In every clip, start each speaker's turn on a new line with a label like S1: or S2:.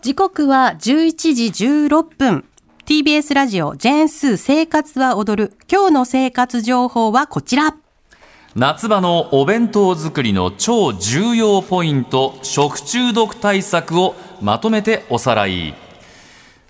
S1: 時刻は11時16分。TBS ラジオ、ジェーンスー生活は踊る。今日の生活情報はこちら。
S2: 夏場のお弁当作りの超重要ポイント食中毒対策をまとめておさらい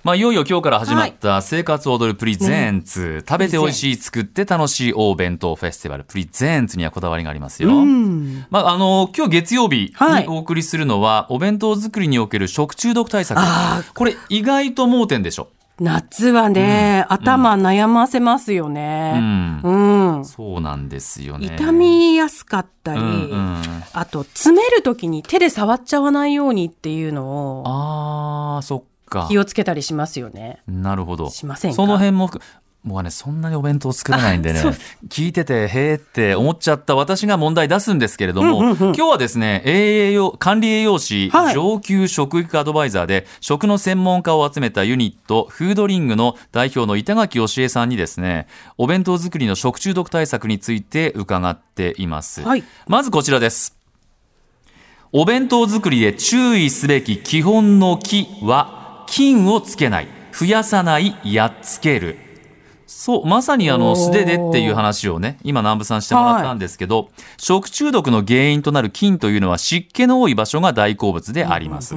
S2: まあ、いよいよ今日から始まった生活を踊るプレゼンツ、食べて美味しい作って楽しいお弁当フェスティバルプレゼンツにはこだわりがありますよ、
S1: うん。
S2: まあ、あの今日月曜日
S1: はい
S2: にお送りするのは、お弁当作りにおける食中毒対策
S1: あ
S2: これ意外と盲点でしょ、
S1: 夏はね、頭悩ませますよ
S2: う
S1: ね。
S2: ん
S1: うん。
S2: そうなんですよね
S1: 痛みやすかった
S2: う
S1: り、
S2: んうん
S1: あと、詰めるときに手で触っちゃわないようにっていうのを
S2: あーそっか
S1: 気をつけたりしますよね。
S2: なるほど
S1: しませんか
S2: その辺も含もうねそんなにお弁当作らないんでね
S1: あそう
S2: 聞いててへえって思っちゃった私が問題出すんですけれども、
S1: うんうんうん
S2: 今日はですね栄養管理栄養士、
S1: はい
S2: 上級食育アドバイザーで食の専門家を集めたユニットフードリングの代表の板垣芳恵さんにですねお弁当作りの食中毒対策について伺っています、
S1: はい
S2: まずこちらですお弁当作りで注意すべき基本の木は菌をつけない増やさないやっつけるそうまさにあ
S1: お
S2: の
S1: ー
S2: 素手でっていう話をね今南部さんしてもらったんですけど、食中毒の原因となる菌というのは湿気の多い場所が大好物であります、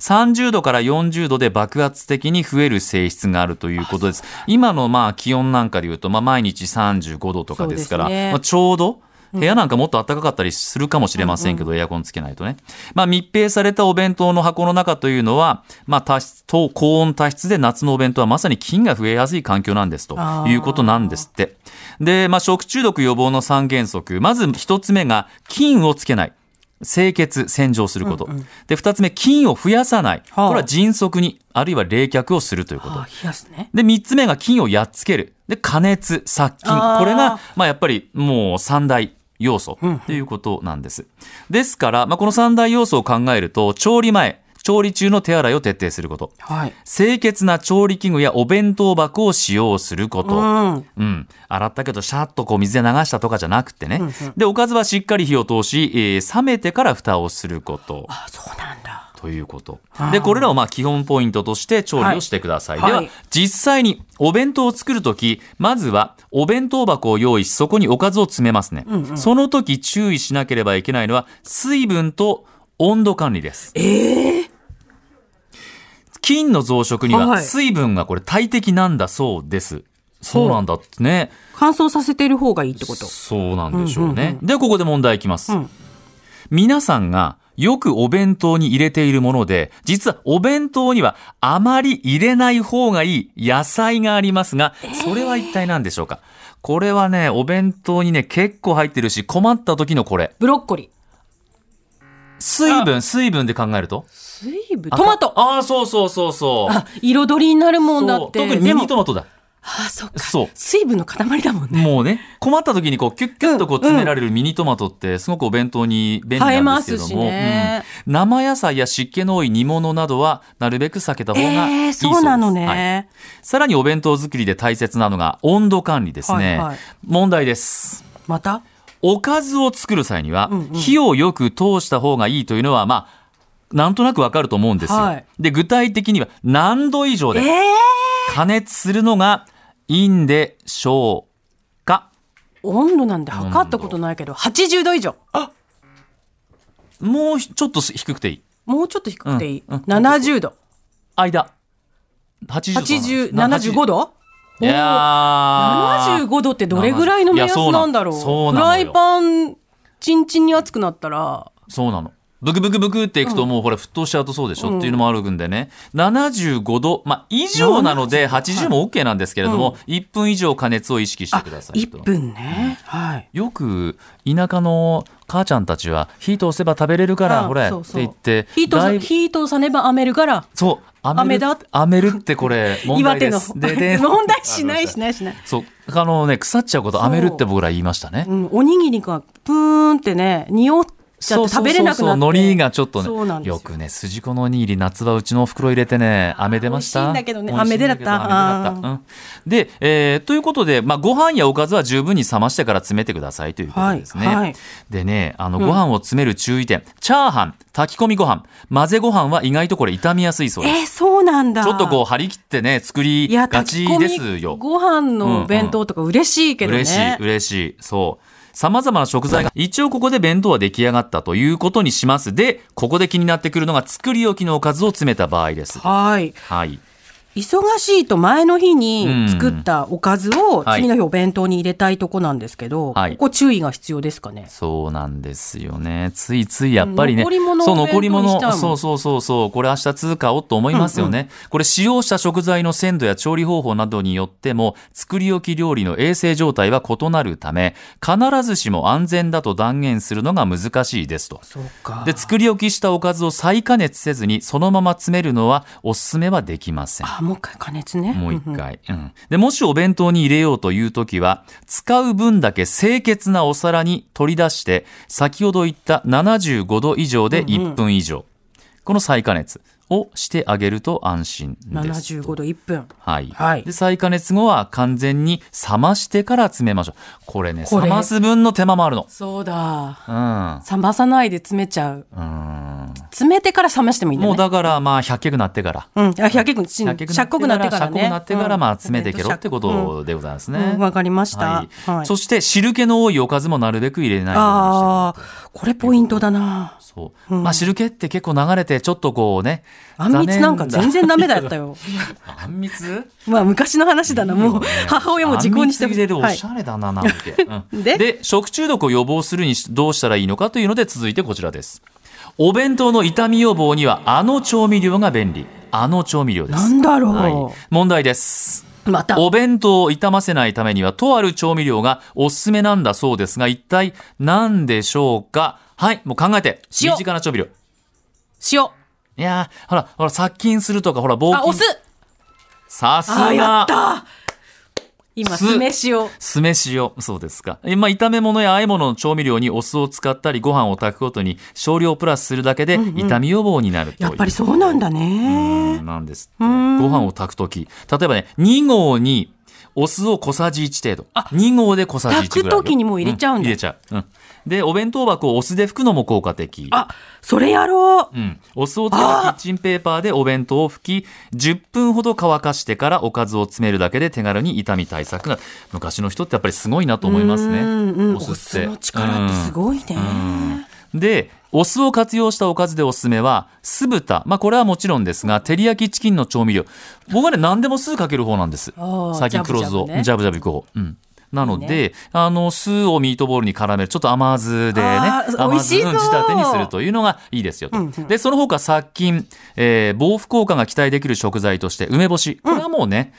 S2: 30度から40度で爆発的に増える性質があるということです今のまあ気温なんかでいうと、まあ、毎日35度とかですから
S1: そうですね
S2: まあちょうど部屋なんかもっと暖かかったりするかもしれませんけど、エアコンつけないとね。まあ密閉されたお弁当の箱の中というのは、まあ多湿と高温多湿で夏のお弁当はまさに菌が増えやすい環境なんですと
S1: あー
S2: いうことなんですって。で、まあ食中毒予防の三原則。まず一つ目が菌をつけない。清潔、洗浄すること。で、二つ目、菌を増やさない。
S1: はあ
S2: これは迅速に、あるいは冷却をするということ。
S1: ああ、冷やすね。
S2: で、三つ目が菌をやっつける。で、加熱、殺菌
S1: あー。
S2: これが、まあやっぱりもう三大要素っていうことなんです。ですから、まあこの三大要素を考えると、調理前、調理中の手洗いを徹底すること。
S1: はい。
S2: 清潔な調理器具やお弁当箱を使用するこ
S1: う
S2: と。
S1: ん。
S2: うん、洗ったけどシャッとこう水で流したとかじゃなくてね、でおかずはしっかり火を通し、えー冷めてから蓋をすること
S1: ああ、そうなんだ。
S2: ということ
S1: あー
S2: でこれらをまあ基本ポイントとして調理をしてください、
S1: はい
S2: では、
S1: はい
S2: 実際にお弁当を作るときまずはお弁当箱を用意しそこにおかずを詰めますね、その時注意しなければいけないのは水分と温度管理です
S1: ええ
S2: 菌の増殖に
S1: は
S2: はい水分がこれ大敵なんだそうです、そうなんだってね
S1: 乾燥させている方がいいってこと。
S2: そうなんでしょうね、でここで問題いきます、
S1: うん
S2: 皆さんがよくお弁当に入れているもので実はお弁当にはあまり入れない方がいい野菜がありますがそれは一体何でしょうか、これはねお弁当にね結構入ってるし困った時のこれ
S1: ブロッコリー。
S2: 水分水分で考えると
S1: 水分。トマト。
S2: ああそうそうそうそう
S1: あ、彩りになるもんだ
S2: そう
S1: って。
S2: 特にミニト
S1: マ
S2: マトだ
S1: ああ、そっか。
S2: そう
S1: 水分の塊だもんね。
S2: もうね、困った時にこう、キュッキュッとこう詰められるミニトマトって、すごくお弁当に便利なんですけども、
S1: 映えますしね
S2: うん生野菜や湿気の多い煮物などは、なるべく避けた方がいいそう
S1: ええ
S2: です。
S1: そうなの
S2: はい
S1: ね。
S2: さらにお弁当作りで大切なのが、温度管理ですね。
S1: はいはい
S2: 問題です。
S1: また
S2: おかずを作る際には、
S1: うんうん
S2: 火をよく通した方がいいというのは、まあ、なんとなくわかると思うんですよ。
S1: はい
S2: で、具体的には何度以上
S1: え
S2: で
S1: え
S2: 加熱するのがいいんでしょうか
S1: 温度なんて測ったことないけど、80度以上。
S2: もうちょっと低くていい。
S1: もうちょっと低くていい。
S2: うんうん
S1: 70度。
S2: 間。80
S1: 80、75
S2: 度
S1: 度
S2: いやー
S1: 75度ってどれぐらいの目安なんだろう
S2: いやそう
S1: フ
S2: なのそうなのよ
S1: ライパンチンチンに熱くなったら
S2: そうなの。ブクブクブクっていくともうこれ沸騰しちゃうとそうでしょ、っていうのもあるんでね。75度、まあ以上なので80も OK なんですけれども、1分以上加熱を意識してくださいと
S1: 1。分ね、はい
S2: よく田舎の母ちゃんたちは火通せば食べれるから、
S1: あ
S2: ほれ
S1: そうそう
S2: って
S1: ヒー
S2: 言っ
S1: トさ
S2: て、
S1: ヒートをさねば雨るから
S2: そう、アメ
S1: 雨
S2: ル
S1: だ、
S2: アメルってこ れ問
S1: 岩
S2: 題
S1: 手
S2: で
S1: の
S2: す。で で
S1: 問題しないしないしない、
S2: そう、あのね、腐っちゃうこと、アメルって僕ら言いましたね
S1: う。ん、おにぎりがプーンってね匂っちゃって食べれなくなって。
S2: そうそうそう海苔がちょっとね。
S1: そうなんですよ
S2: よくね、筋子のおにぎり、夏場うちのお袋入れてね、飴出ました。
S1: 美味しいんだけどね
S2: 美味しいん
S1: 飴出だった
S2: 飴出だったうんで、えーということで、まあ、ご飯やおかずは十分に冷ましてから詰めてくださいということですね。
S1: はいはい
S2: でね、あの、ご飯を詰める注意点、チャーハン、炊き込みご飯、混ぜご飯は意外とこれ傷みやすいそうです。
S1: えー、そうなんだ。
S2: ちょっとこう張り切ってね、作り
S1: いや、
S2: が
S1: 炊
S2: ち
S1: き込
S2: で
S1: み
S2: すよ。
S1: ご飯の弁当とか嬉しいけどね。
S2: 嬉しい、嬉しい。そう。様々な食材が、一応ここで弁当は出来上がったということにします。で、ここで気になってくるのが作り置きのおかずを詰めた場合です。
S1: はい。
S2: はい。
S1: 忙しいと前の日に作ったおかずを
S2: はい
S1: 次の日お弁当に入れたいとこなんですけど、
S2: はい
S1: ここ注意が必要ですかね。
S2: そうなんですよね。ついついやっぱりね。
S1: 残り物を
S2: そう、
S1: お弁
S2: 残り
S1: 当にしちゃう
S2: 物。
S1: もん
S2: そうそうそうそう。これ明日通過をと思いますよね。これ使用した食材の鮮度や調理方法などによっても、作り置き料理の衛生状態は異なるため、必ずしも安全だと断言するのが難しいですと。
S1: そうか。
S2: で、作り置きしたおかずを再加熱せずに、そのまま詰めるのはおすすめはできません。
S1: あ、もう一回加熱ね。
S2: もう一
S1: んん。
S2: 回、うん。で、もしお弁当に入れようというときは、使う分だけ清潔なお皿に取り出して、先ほど言った75度以上で1分以上。この再加熱をしてあげると安心です。
S1: 75度1分。
S2: はい、
S1: はい
S2: で再加熱後は完全に冷ましてから詰めましょうこれね
S1: これ
S2: 冷ます分の手間もあるの
S1: そうだ。
S2: うん
S1: 冷まさないで詰めちゃう。
S2: うん
S1: 詰めてから冷ましてもいいんだね。
S2: もうだからまあ100脚になってから
S1: うん。あ、百均、ししゃっこくなってから
S2: 尺
S1: ね。
S2: くなってから、まあ、詰めていけろ
S1: ろ
S2: ってことでございますね。
S1: うん、わかりました。
S2: はい
S1: はい。
S2: そして汁気の多いおかずもなるべく入れないようにして
S1: ああ、これポイントだな。
S2: そう、まあ汁気って結構流れてちょっとこうね
S1: あんみつなんか全然ダメだった
S2: よ
S1: よ。
S2: あんみつ
S1: まあ昔の話だな。もう母親も時効にして
S2: あんみつ入れるおしゃれだななんて、うん
S1: で
S2: で食中毒を予防するにしどうしたらいいのかというので続いてこちらですお弁当の痛み予防にはあの調味料が便利あの調味料です
S1: なんだろう
S2: はい、問題です
S1: また。
S2: お弁当を傷ませないためには、とある調味料がおすすめなんだそうですが、一体何でしょうかはい、もう考えて。
S1: 塩
S2: 身近な調味料。
S1: 塩。
S2: いやー、ほら、ほら、殺菌するとか、ほら、防
S1: あ、お
S2: 菌。
S1: 酢。
S2: さす
S1: あ、やっ
S2: が。
S1: た。今、
S2: 酢
S1: 酢飯を。
S2: 酢飯を、そうですか。えまあ、炒め物や和え物の調味料にお酢を使ったり、ご飯を炊くことに少量プラスするだけで、痛み予防になるという
S1: やっぱりそうなんだね。
S2: うんなんですって。ご飯を炊くとき。例えばね、2合にお酢を小さじ1程度。2合で小さじ1ぐらい。
S1: 炊く時にもう入れちゃうんだ
S2: 入れちゃう。うん。で、お弁当箱をお酢で拭くのも効果的。
S1: あ、それやろう。
S2: うん、お酢をつけたキッチンペーパーでお弁当を拭き10分ほど乾かしてからおかずを詰めるだけで手軽に痛み対策が昔の人ってやっぱりすごいなと思いますね
S1: うんうん、お
S2: お酢っ
S1: 酢
S2: て
S1: の力ってすごいね。
S2: で、お酢を活用したおかずでおすすめは、酢豚。まあ、これはもちろんですが、照り焼きチキンの調味料。僕はね、何でも酢かける方なんです
S1: あー。
S2: 最近黒酢を。
S1: ジャブジャブね
S2: ジャブジャブいく方。うん。なので、
S1: い
S2: あの、酢をミートボールに絡める、ちょっと甘酢でね
S1: あ、ー美
S2: 甘
S1: 味し
S2: 酢
S1: そう
S2: うん仕立てにするというのがいいですよと。
S1: うんうん
S2: で、その他殺菌、えー防腐効果が期待できる食材として、梅干し。これはもうね、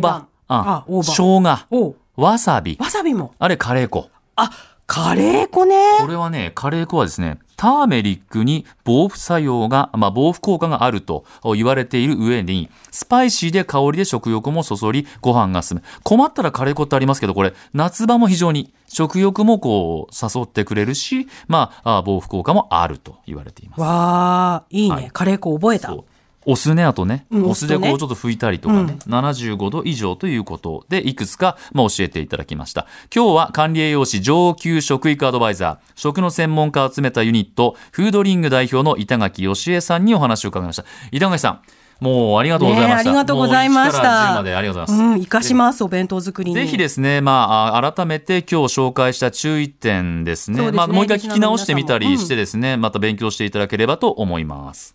S1: 定
S2: 葉
S1: 番、あ大葉
S2: 生姜、
S1: おう
S2: わさび、
S1: わさびも。
S2: あれカレー粉。
S1: あ、カレー粉ね。
S2: これはね、カレー粉はですね、ターメリックに防腐作用が、まあ、防腐効果があると言われている上に、スパイシーで香りで食欲もそそり、ご飯が進む。困ったらカレー粉ってありますけど、これ、夏場も非常に食欲もこう、誘ってくれるし、まあ、あ防腐効果もあると言われています。
S1: わあ、いい
S2: は
S1: ね。カレー粉覚えた
S2: そ。うお酢ね、あとね、
S1: うん
S2: お酢で
S1: お酢と
S2: こ
S1: ね
S2: うちょっと拭いたりとかね、75度以上ということで、いくつか、まあ、教えていただきました。今日は管理栄養士上級食育アドバイザー、食の専門家を集めたユニット、フードリング代表の板垣義恵さんにお話を伺いました。板垣さん、もうありがとうございました。
S1: ねありがとうございました
S2: もう1から10までありがとうございます。
S1: うん、活かします、お弁当作りに。
S2: ぜひですね、まああ、改めて今日紹介した注意点ですね。
S1: そうですね
S2: まあ、もう一回聞き直してみた
S1: リスナーの皆さん
S2: り
S1: も
S2: してですね、また勉強していただければと思います。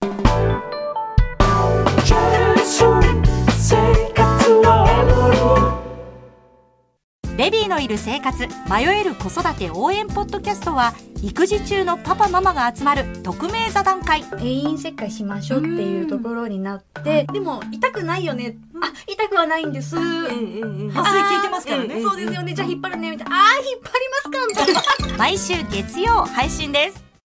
S3: ベビーのいる生活迷える子育て応援ポッドキャストは育児中のパパママが集まる匿名座談会
S4: 定員切開しましょうっていうところになって、でも痛くないよね、あ痛くはないんです、
S3: 麻酔効いてますからね
S4: そうですよねじゃあ引っ張るねみたいなあー引っ張りますかみたいな
S3: 毎週月曜配信です